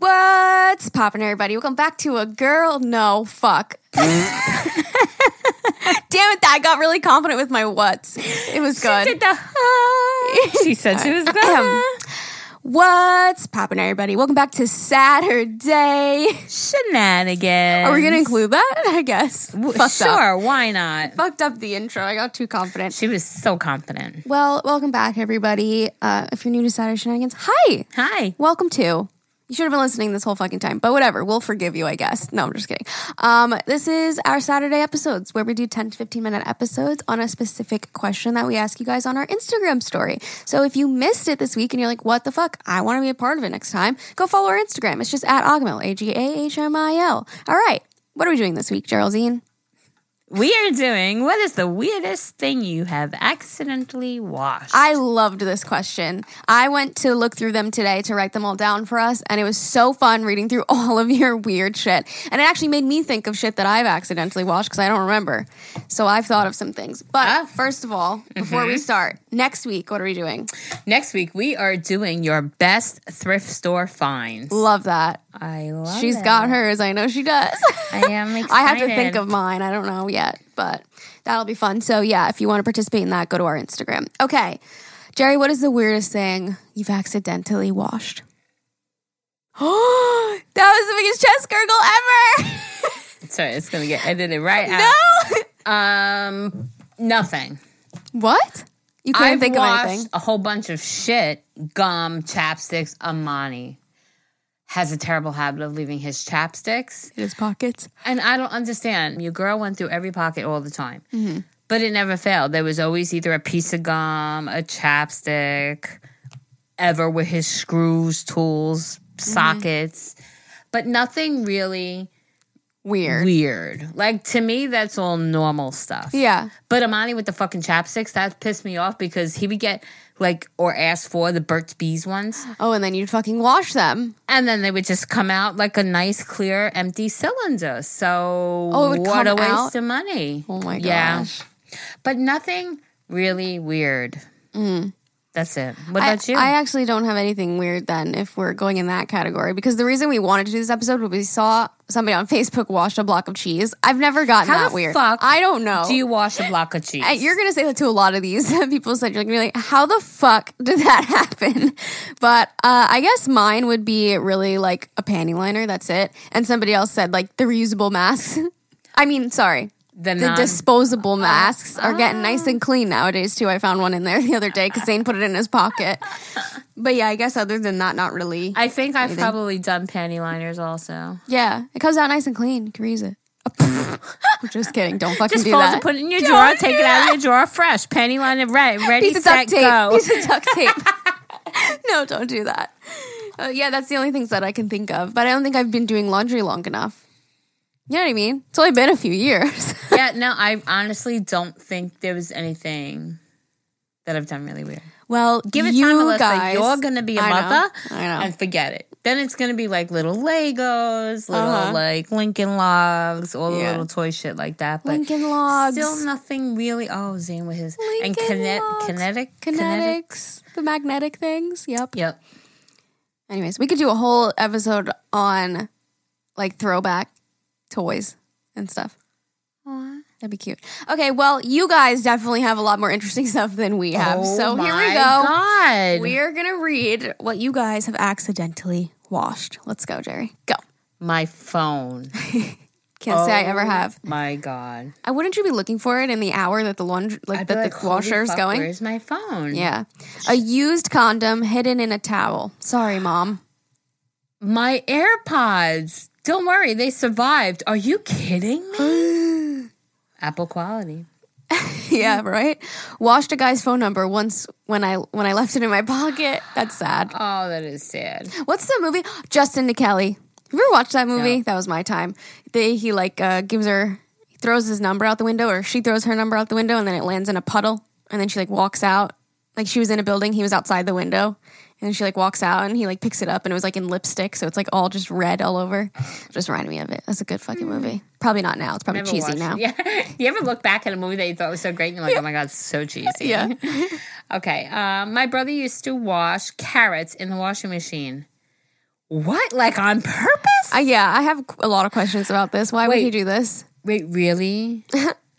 What's poppin', everybody? Welcome back to a girl. No, fuck. Damn it, that I got really confident with my what's. It was good. did the she said she was Ahem. the What's poppin', everybody? Welcome back to Saturday. shenanigans. Are we gonna include that? I guess. W- Fucked up. sure, why not? Fucked up the intro. I got too confident. She was so confident. Well, welcome back, everybody. Uh, if you're new to Saturday Shenanigans, hi. Hi. Welcome to. You should have been listening this whole fucking time, but whatever. We'll forgive you, I guess. No, I'm just kidding. Um, this is our Saturday episodes where we do 10 to 15 minute episodes on a specific question that we ask you guys on our Instagram story. So if you missed it this week and you're like, what the fuck? I want to be a part of it next time, go follow our Instagram. It's just at Ogmil, A G A H M I L. All right. What are we doing this week, Geraldine? We are doing what is the weirdest thing you have accidentally washed? I loved this question. I went to look through them today to write them all down for us, and it was so fun reading through all of your weird shit. And it actually made me think of shit that I've accidentally watched because I don't remember. So I've thought of some things. But first of all, before we start, next week, what are we doing? Next week we are doing your best thrift store finds. Love that. I love She's it. got hers. I know she does. I am excited. I have to think of mine. I don't know yet, but that'll be fun. So yeah, if you want to participate in that, go to our Instagram. Okay. Jerry, what is the weirdest thing you've accidentally washed? Oh, that was the biggest chest gurgle Sorry, it's gonna get edited right ever. out. no. Um, nothing. What? You couldn't I've think washed of anything. a whole bunch of shit, gum, chapsticks. Amani has a terrible habit of leaving his chapsticks. In his pockets. And I don't understand. Your girl went through every pocket all the time, Mm-hmm. but it never failed. There was always either a piece of gum, a chapstick, ever with his screws, tools, Mm-hmm. sockets, but nothing really Weird. weird. Like to me, that's all normal stuff. Yeah. But Amani with the fucking chapsticks, that pissed me off because he would get like or ask for the Burt's Bees ones, Oh, and then you'd fucking wash them. and then they would just come out like a nice, clear, empty cylinder. So Oh, it would what a come waste out? of money. Oh my gosh. Yeah. But nothing really weird. That's it. Mm. What I- about you? I actually don't have anything weird then if we're going in that category because the reason we wanted to do this episode was we saw somebody on Facebook wash a block of cheese. I've never gotten How that the weird. fuck I don't know. Do you wash a block of cheese? I- You're gonna say that to a lot of these people. Said you're gonna be like, how the fuck did that happen? But uh, I guess mine would be really like a panty liner. That's it. And somebody else said like the reusable masks. I mean, sorry. the The non- disposable masks are getting Ah. nice and clean nowadays too. I found one in there the other day because Zane put it in his pocket. But yeah, I guess other than that, not really. I think I've probably done panty liners also. yeah, it comes out nice and clean. You can reuse it. I'm just kidding. Don't fucking Just do fold that. it, put it in your drawer, take it out of your drawer fresh. Panty liner re- ready, Piece of set, duct tape. go. Piece of duct tape. no, don't do that. Uh, yeah, that's the only things that I can think of. But I don't think I've been doing laundry long enough. You know what I mean? It's only been a few years. yeah, no, I honestly don't think there was anything that I've done really weird. well, Give it you time, Alyssa. guys. You're gonna be a I know, mother I know. and forget it. Then it's gonna be like little Legos, little Uh-huh. like Lincoln Logs, all the Yeah. little toy shit like that. But Lincoln Logs. still nothing really. Oh, Zane with his and Lincoln kinet- Logs. kinetic, Kinetics, the magnetic things. Yep. Yep. Anyways, we could do a whole episode on like throwback toys and stuff. That'd be cute. Okay, well, you guys definitely have a lot more interesting stuff than we Oh have. so here we my go. God. We're going to read what you guys have accidentally washed. Let's go, Jerry. Go. my phone. Can't say I ever Oh. have. My God. I wouldn't you be looking for it in the hour that the laundry like I'd be that like, the "Holy washer's fuck, going? Where's my phone? Yeah. A used condom hidden in a towel. Sorry, mom. My AirPods. Don't worry, they survived. Are you kidding me? Apple quality. yeah, Mm-hmm. right. Washed a guy's phone number once when I when I left it in my pocket. That's sad. Oh, that is sad. What's the movie? Justin to Kelly. You ever watched that movie? That was my time. They he like uh, gives her he throws his number out the window, or she throws her number out the window, and then it lands in a puddle, and then she like walks out. Like she was in a building, he was outside the window, and then she like walks out, and he like picks it up, and it was like in lipstick, so it's like all just red all over. Just reminded me of it. That's a good fucking movie. Probably not now. It's probably Hmm. Never cheesy now. watched- Yeah. You ever look back at a movie that you thought was so great and you're like, oh my God, it's so cheesy. Yeah. Okay. Um, my brother used to wash carrots in the washing machine. What? Like on purpose? I, yeah, I have a lot of questions about this. Why would Wait. he do this? Wait, really?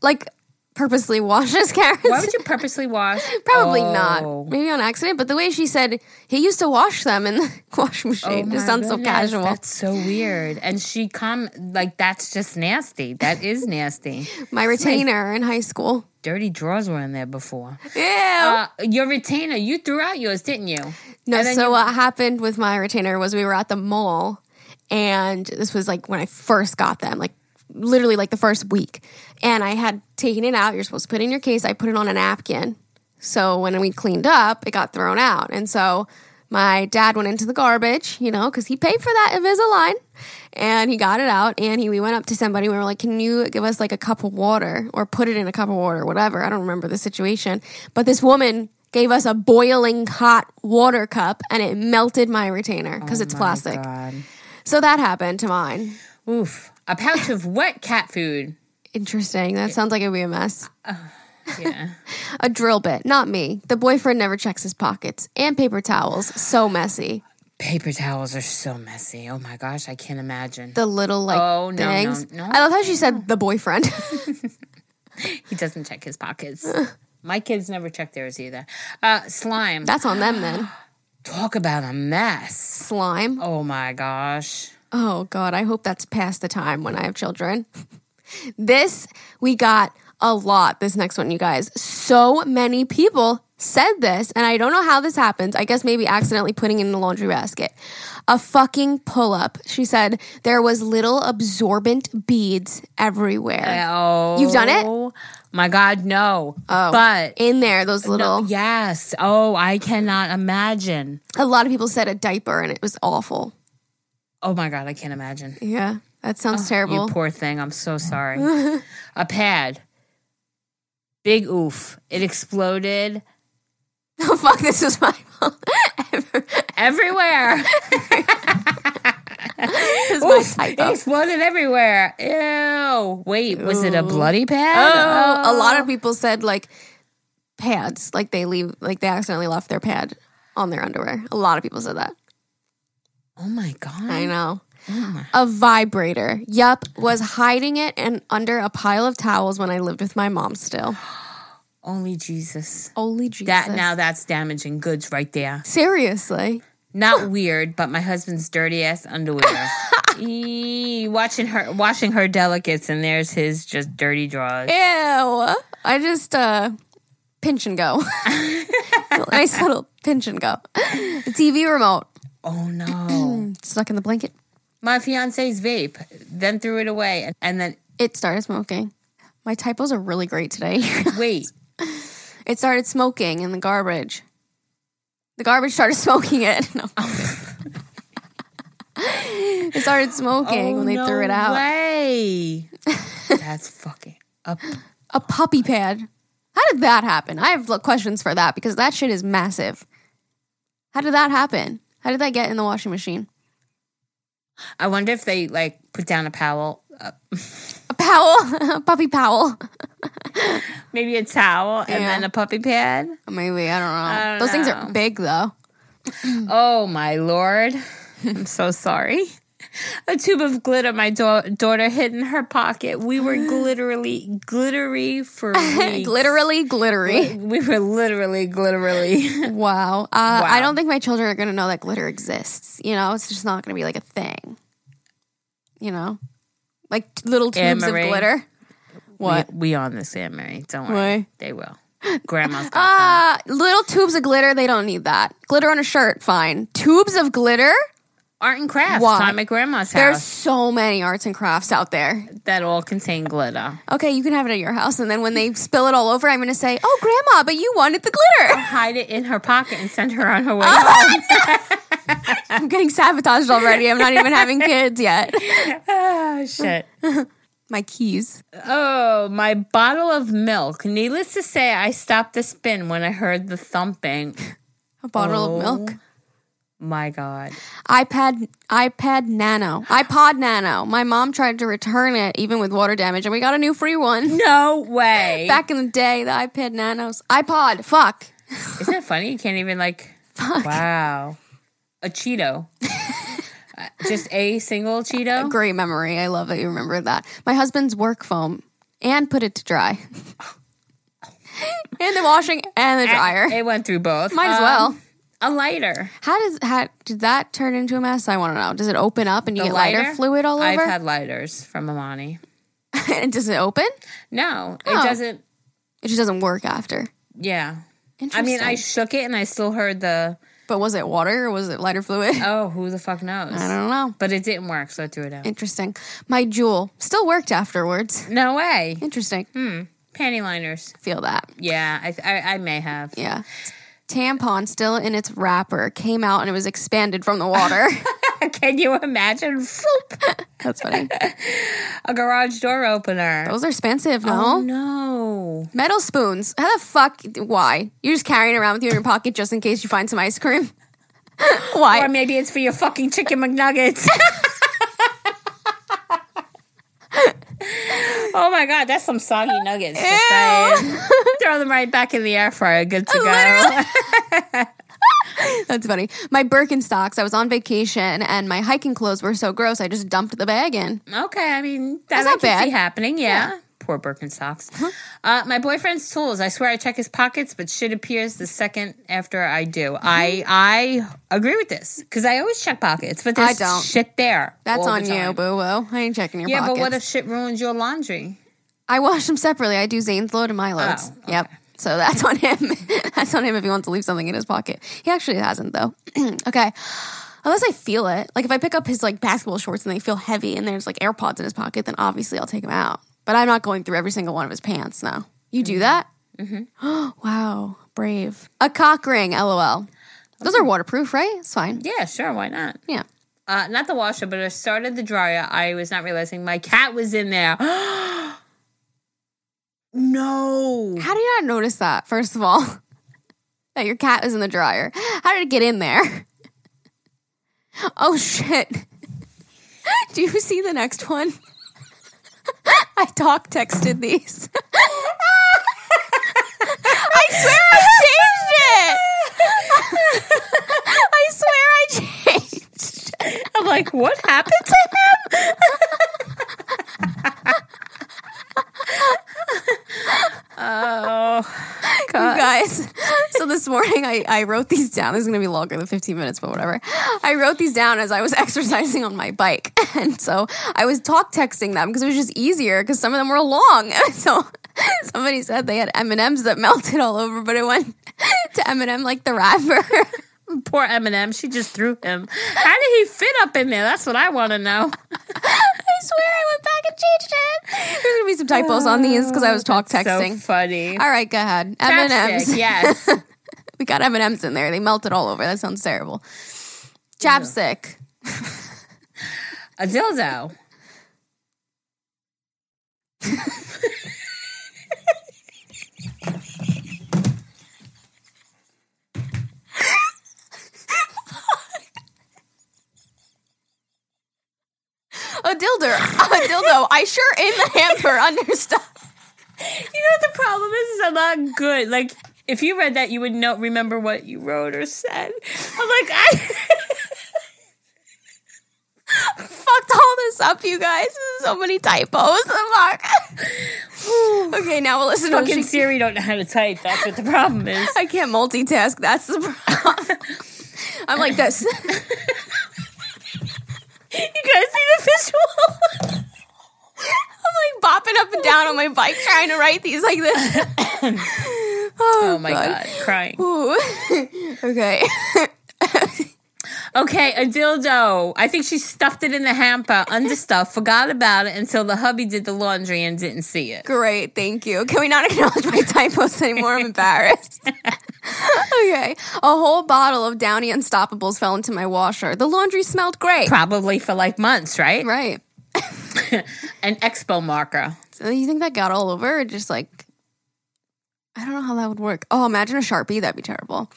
Like purposely wash his carrots? Why would you purposely wash? Probably Oh. not. Maybe on accident. But the way she said he used to wash them in the washing machine just Oh my sounds so goodness, casual. That's so weird. And she come like that's just nasty. That is nasty. My retainer in high school. Dirty drawers were in there before. Ew. Uh, your retainer, you threw out yours, didn't you? no, and then so you- what happened with my retainer was we were at the mall, and this was like when I first got them, like literally like the first week. And I had taken it out. You're supposed to put it in your case. I put it on a napkin. So when we cleaned up, it got thrown out. And so my dad went into the garbage, you know, because he paid for that Invisalign. and he got it out and he we went up to somebody and we were like can you give us like a cup of water or put it in a cup of water whatever i don't remember the situation but this woman gave us a boiling hot water cup and it melted my retainer because it's plastic Oh God. so that happened to mine Oof. A pouch of wet cat food. interesting that sounds like it'd be a mess Yeah. a drill bit not me the boyfriend never checks his pockets and paper towels so messy Paper towels are so messy. Oh my gosh, I can't imagine. the little like Oh, no, no, things no. i love how she said the boyfriend he doesn't check his pockets. My kids never check theirs either. Uh, slime. that's on them then Talk about a mess. slime Oh my gosh. Oh God, I hope that's past the time when I have children. This we got a lot. This next one, you guys. So many people said this, and I don't know how this happens. I guess maybe accidentally putting it in the laundry basket. A fucking pull up. She said there was little absorbent beads everywhere. Oh. You've done it? My God, no. Oh. But In there, those little. yes. Oh, I cannot imagine. A lot of people said a diaper, and it was awful. Oh my God, I can't imagine. Yeah, that sounds Ah, You terrible. poor thing. I'm so sorry. a pad. Big oof. It exploded Oh fuck, this is my fault. this everywhere. is my Oof, it typo. exploded everywhere. Ew. Wait, was it a bloody pad? Oh, a lot of people said like pads, like they leave, like they accidentally left their pad on their underwear. A lot of people said that. Oh my God. I know. A vibrator. Yup, was hiding it and under a pile of towels when I lived with my mom. Still, Only Jesus. holy Jesus! That now that's damaging goods right there. seriously, Not weird, but my husband's dirty ass underwear. Eee, watching her washing her delicates and there's his just dirty drawers. ew! I just uh, pinch and go. nice little pinch and go. The TV remote Oh no. stuck in the blanket. my fiance's vape, then threw it away and then It started smoking. My typos are really great today. wait. It started smoking in the garbage. The garbage started smoking it. No. Oh, it started smoking when they Oh, no threw it out. Way. That's fucking up. A puppy pad. How did that happen? I have questions for that because that shit is massive. How did that happen? How did that get in the washing machine? I wonder if they like put down a towel. Uh, A powell, a puppy powell. maybe a towel and Yeah. then a puppy pad. Maybe I don't know. don't Those things are know. big though. Oh my lord. I'm so sorry. A tube of glitter my da- daughter hid in her pocket. We were glitterly glittery for weeks. Glitterily glittery. we were literally glitterly. Wow. Uh, I don't think my children are going to know that glitter exists. You know, it's just not going to be like a thing. You know, like t- little tubes of Anne-Marie. glitter. What? We, we on this, Anne Mary. Don't worry. Why? Ah, They will. Grandma's got Uh, little tubes of glitter, they don't need that. Glitter on a shirt, fine. Tubes of glitter? art and crafts Why? time at grandma's There's house so many arts and crafts out there. that all contain glitter. Okay, you can have it at your house, and then when they spill it all over, I'm going to say, "Oh, Grandma, but you wanted the glitter." Hide it in her pocket and send her on her way. Ah, I'm getting sabotaged already. I'm not even having kids yet. Oh, shit. My keys. Oh, my bottle of milk. Needless to say, I stopped to spin when I heard the thumping. A bottle of Oh. milk. My God. iPad iPad Nano. iPod Nano. My mom tried to return it even with water damage and we got a new free one. No way. Back in the day, the iPad Nanos. iPod, fuck. Isn't it funny? You can't even like. Wow. A Cheeto. Uh, Just a single Cheeto. Great memory. I love that you remember that. My husband's work foam and put it to dry. and the washing and the dryer. It went through both. Might as Um, well. A lighter. How does how did that turn into a mess? I want to know. Does it open up and you A get lighter, fluid all over? I've had lighters from Amani. and does it open? No, Oh. it doesn't. It just doesn't work after. Yeah. I Interesting. mean, I shook it and I still heard the, but was it water or was it lighter fluid? oh, who the fuck knows? I don't know. But it didn't work, so I threw it out. Interesting. My jewel still worked afterwards. No way. Interesting. Hmm, Panty liners. Feel that. Yeah, I, I, I may have. Yeah. Tampon still in its wrapper came out and it was expanded from the water. Can you imagine? Floop. That's funny. A garage door opener. Those are expensive, no? Oh, no. Metal spoons. How the fuck? Why? You're just carrying it around with you in your pocket just in case you find some ice cream. Why? Or maybe it's for your fucking chicken McNuggets. oh my god, that's some soggy nuggets. Just saying. Throw them right back in the air fryer. Good to go. That's funny. My Birkenstocks. I was on vacation and my hiking clothes were so gross. I just dumped the bag in. Okay, I mean that That's I not can bad. Uh-huh. see happening. Yeah. Poor Birkenstocks. Uh, my boyfriend's tools. I swear I check his pockets, but shit appears the second after I do. Mm-hmm. I I agree with this because I always check pockets, but there's I don't. shit there. That's all the on you, time. boo boo. I ain't checking your yeah, pockets. but what if shit ruins your laundry? I wash them separately. I do Zane's load and my loads. Oh, okay. Yep. So that's on him. that's on him if he wants to leave something in his pocket. He actually hasn't though. okay. Unless I feel it. Like if I pick up his like basketball shorts and they feel heavy and there's like AirPods in his pocket, then obviously I'll take them out. But I'm not going through every single one of his pants. No. You do that? Mm-hmm. wow. Brave. A cock ring, lol. Those are waterproof, right? It's fine. Yeah, sure, why not? Yeah. Uh, not the washer, but I started the dryer. I was not realizing my cat was in there. no. How do you not notice that, first of all? that your cat is in the dryer. How did it get in there? oh shit. do you see the next one? I talk texted these. I swear I changed it. I swear I changed. I'm like, what happened to You guys. So this morning I, I wrote these down. This is gonna be longer than 15 minutes, but whatever. I wrote these down as I was exercising on my bike. And so I was talk texting them because it was just easier because some of them were long. So somebody said they had M&Ms that melted all over, but it went to M&M like the wrapper. Poor Eminem, she just threw him. How did he fit up in there? That's what I want to know. I swear I went back and changed it. There's gonna be some typos on these because I was talk So texting. funny. all right, go ahead. Chapstick, M&Ms. yes. We got M and M's in there. They melted all over. That sounds terrible. Chapstick. A dildo. A dildo. A dildo. I sure in the hamper under stuff. You know what the problem is? Is I'm not good. Like, if you read that, you would know remember what you wrote or said. I'm like, I. Fucked all this up, you guys. There's so many typos. Fuck. okay, now we'll listen. to Fucking Siri don't know how to type. That's what the problem is. I can't multitask. That's the problem. I'm like this. You guys see the visual? I'm like bopping up and down on my bike trying to write these like this. oh, Oh my god, crying. Ooh. okay. Okay, a dildo. I think she stuffed it in the hamper, understuffed, forgot about it until the hubby did the laundry and didn't see it. Great, thank you. Can we not acknowledge my typos anymore? I'm embarrassed. okay. A whole bottle of Downy Unstoppables fell into my washer. The laundry smelled great. Probably for like months, right? Right. An expo marker. So you think that got all over or just like I don't know how that would work. Oh, imagine a Sharpie, that'd be terrible.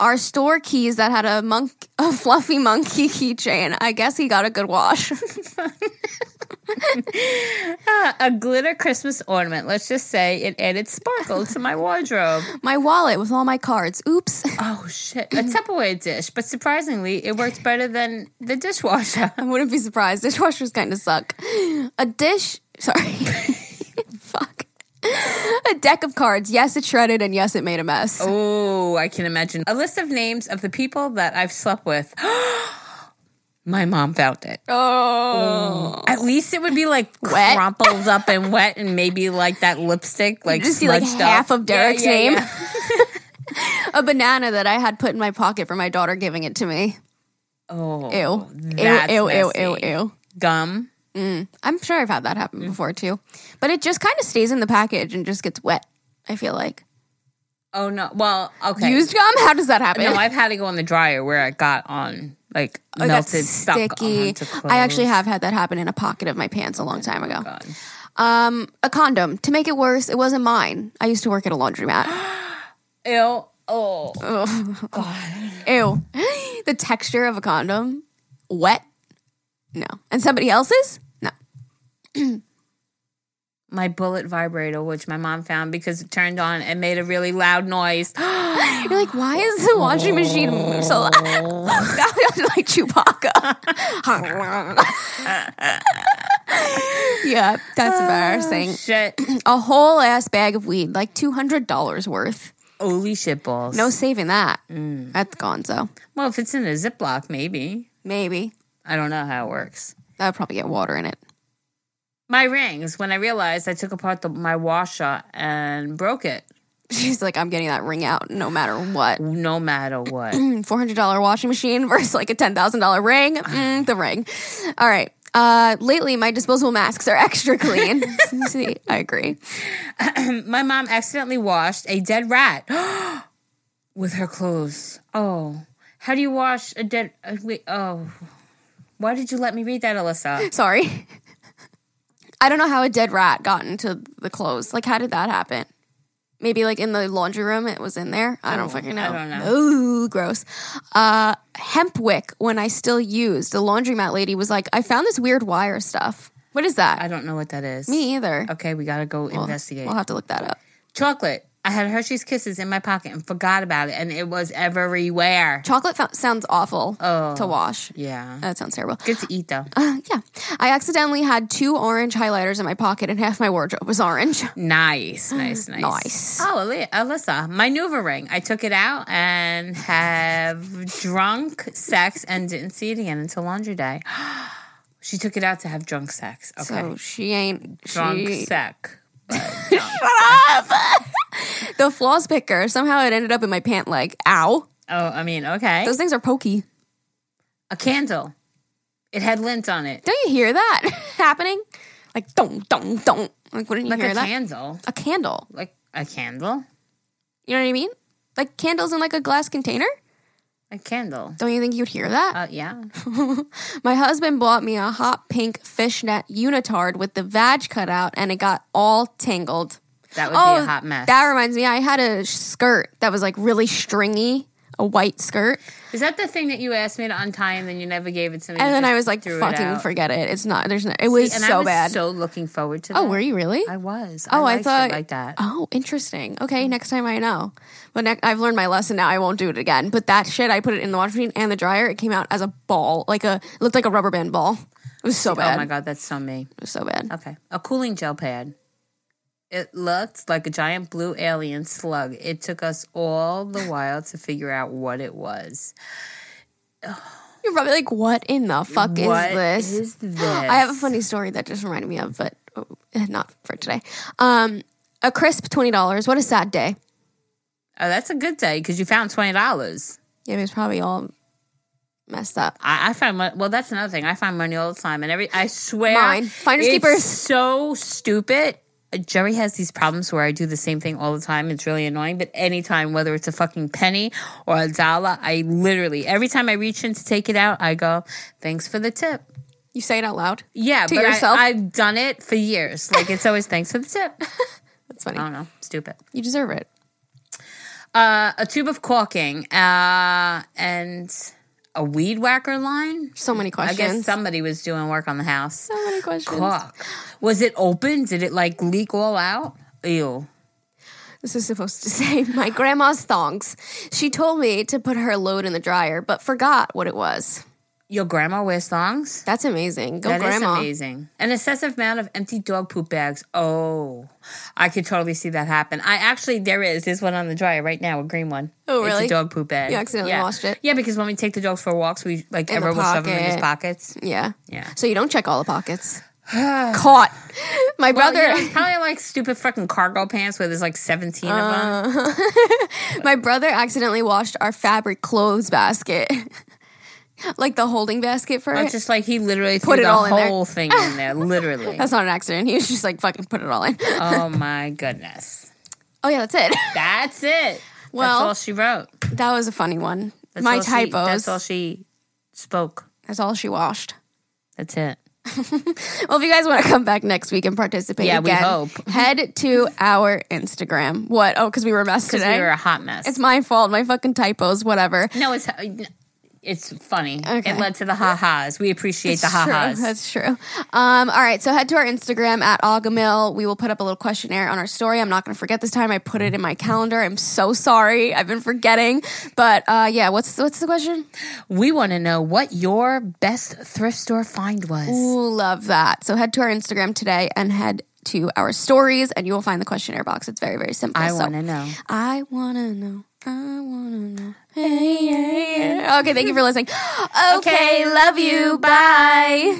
Our store keys that had a monk a fluffy monkey keychain. I guess he got a good wash. Uh, a glitter Christmas ornament. Let's just say it added sparkle to my wardrobe. my wallet with all my cards. Oops. Oh shit! A Tupperware dish, but surprisingly, it worked better than the dishwasher. I wouldn't be surprised. Dishwashers kind of suck. A dish. Sorry. Fuck. A deck of cards. Yes, it shredded, and yes, it made a mess. Oh, I can imagine a list of names of the people that I've slept with. my mom found it. Oh. At least it would be like Wet. crumpled up and wet, and maybe like that lipstick, like Just see like smudged half up. of Derek's Yeah, yeah, name. yeah. A banana that I had put in my pocket for my daughter giving it to me. Oh, Ew. that's ew, ew, ew, ew, messy. Mm. ew. Gum. I'm sure I've had that happen before too. But it just kind of stays in the package and just gets wet, I feel like. Oh no. Well, okay. Used gum? How does that happen? No, I've had to go in the dryer where it got on like It got melted stuck onto clothes. Oh, Oh I actually have had that happen in a pocket of my pants a long time ago. Um, a condom. To make it worse, it wasn't mine. I used to work at a laundromat. Ew. Oh. Ew. The texture of a condom. Wet? No. And somebody else's? No. My bullet vibrator, which my mom found because it turned on and made a really loud noise. You're like, why is the washing machine so loud? That was like Chewbacca. yeah, that's embarrassing. Shit. A whole ass bag of weed, like $200 worth. Holy shit balls. No saving that. That's gonzo. Well, if it's in a Ziploc, maybe. Maybe. I don't know how it works. That would probably get water in it. My rings, when I realized I took apart the, my washer and broke it, She's like, I'm getting that ring out no matter what. Mm, no matter what. $400 washing machine versus like a $10,000 ring. Mm, the ring. All right. Uh, lately, my disposable masks are extra clean. See, I agree. my mom accidentally washed a dead rat with her clothes. Oh, how do you wash a dead? Uh, wait, oh, why did you let me read that, Alyssa? Sorry. I don't know how a dead rat got into the clothes. Like, how did that happen? Maybe like in the laundry room, it was in there. I don't fucking know. Oh, I don't know. Ooh, gross. Uh, hemp wick, when I still used, the laundromat lady was like, I found this weird wire stuff. What is that? I don't know what that is. Me either. Okay, we gotta go investigate. We'll have to look that up. Chocolate. I had Hershey's Kisses in my pocket and forgot about it, and it was everywhere. Chocolate fo- sounds awful Oh. to wash. Yeah, That sounds terrible. good to eat though. Uh, yeah. I accidentally had two orange highlighters in my pocket, and half my wardrobe was orange. Nice, nice, nice. Nice. Oh, Ali- Alyssa, my Nuva ring. I took it out and have drunk sex and didn't see it again until laundry day. she took it out to have drunk sex. Okay. So she ain't. drunk She, sex. the floss picker. Somehow it ended up in my pant leg. Ow. Oh, I mean, okay. Those things are pokey. A candle. It had lint on it. Don't you hear that happening? Like, don't, don't, don't. Like, wouldn't you Like hear a that? candle. a candle. Like a candle. You know what I mean? Like candles in like a glass container. A candle. Don't you think you'd hear that? Uh, yeah. My husband bought me a hot pink fishnet unitard with the vag cut out, and it got all tangled. That would be a hot mess. Oh, That reminds me, I had a skirt that was like really stringy, a white skirt. Is that the thing that you asked me to untie and then you never gave it to me? And You then just I was like, threw it fucking out? forget it. It's not, there's no, it was and so I was bad. so looking forward to that. oh, were you really? I Mm-hmm. was. Oh, I like shit thought- like that. oh, interesting. Okay, next time I know. But ne- I've learned my lesson now. I won't do it again. But that shit, I put it in the washing machine and the dryer. It came out as a ball, like a, it looked like a rubber band ball. It was so bad. Oh my god, that's so me. It was so bad. Okay. A cooling gel pad. It looked like a giant blue alien slug. It took us all the while to figure out what it was. You're probably like, what in the fuck is What this? is this? I have a funny story that just reminded me of, but oh, not for today. Um, a crisp twenty dollars. What a sad day. Oh, that's a good day because you found twenty dollars. Yeah, it was probably all messed up. I, I find money. Well, that's another thing. I find money all the time, and every I swear, Mine. Finders it's keepers. So stupid. Jerry has these problems where I do the same thing all the time. It's really annoying. But anytime, whether it's a fucking penny or a dollar, I literally every time I reach in to take it out, I go, "Thanks for the tip." You say it out loud. Yeah, To but yourself? I, I've done it for years. Like it's always thanks for the tip. That's funny. I don't know, stupid. You deserve it. Uh, a tube of caulking uh, and a weed whacker line. So many I questions. guess somebody was doing work on the house. so many questions. Fuck. Was it open? Did it like leak all out? Ew. This is supposed to say my grandma's thongs. She told me to put her load in the dryer, but forgot what it was. Your grandma wears thongs? That's amazing. Go That is grandma. amazing. An excessive amount of empty dog poop bags. Oh, I could totally see that happen. I actually, there is. There's one on the dryer right now, a green one. Oh, really? It's a dog poop bag. You accidentally yeah. washed it? Yeah, because when we take the dogs for walks, we like In the ever will shove them in his pocket. pockets. Yeah. Yeah. So you don't check all the pockets. Caught. My Well, brother you know, probably like stupid fucking cargo pants where there's like 17 of Uh. them. my brother accidentally washed our fabric clothes basket. like the holding basket for it. It's just like he literally Put threw it the all in there. whole thing in there, literally. That's not an accident. He was just like fucking put it all in. oh my goodness. Oh yeah, that's it. That's it. Well- that's all she wrote. that was a funny one. That's my all she- typos. that's all she spoke. that's all she washed. That's it. Well, if you guys want to come back next week and participate Yeah, we again, hope. head to our Instagram. What? Oh, because we were messed Because today. we were a hot mess. it's my fault. My fucking typos. Whatever. no, it's it's funny. Okay. It led to the ha ha's. We appreciate the ha True. ha's. That's true. Um, all right. So head to our Instagram at Augamil. We will put up a little questionnaire on our story. I'm not going to forget this time. I put it in my calendar. I'm so sorry. I've been forgetting. But uh, yeah, what's what's the question? We want to know what your best thrift store find was. Ooh, love that. So head to our Instagram today and head to our stories, and you will find the questionnaire box. It's very very simple. I So- want to know. I wanna know. I wanna know. Hey, yeah, yeah. Okay, thank you for listening. Okay, love you. Bye.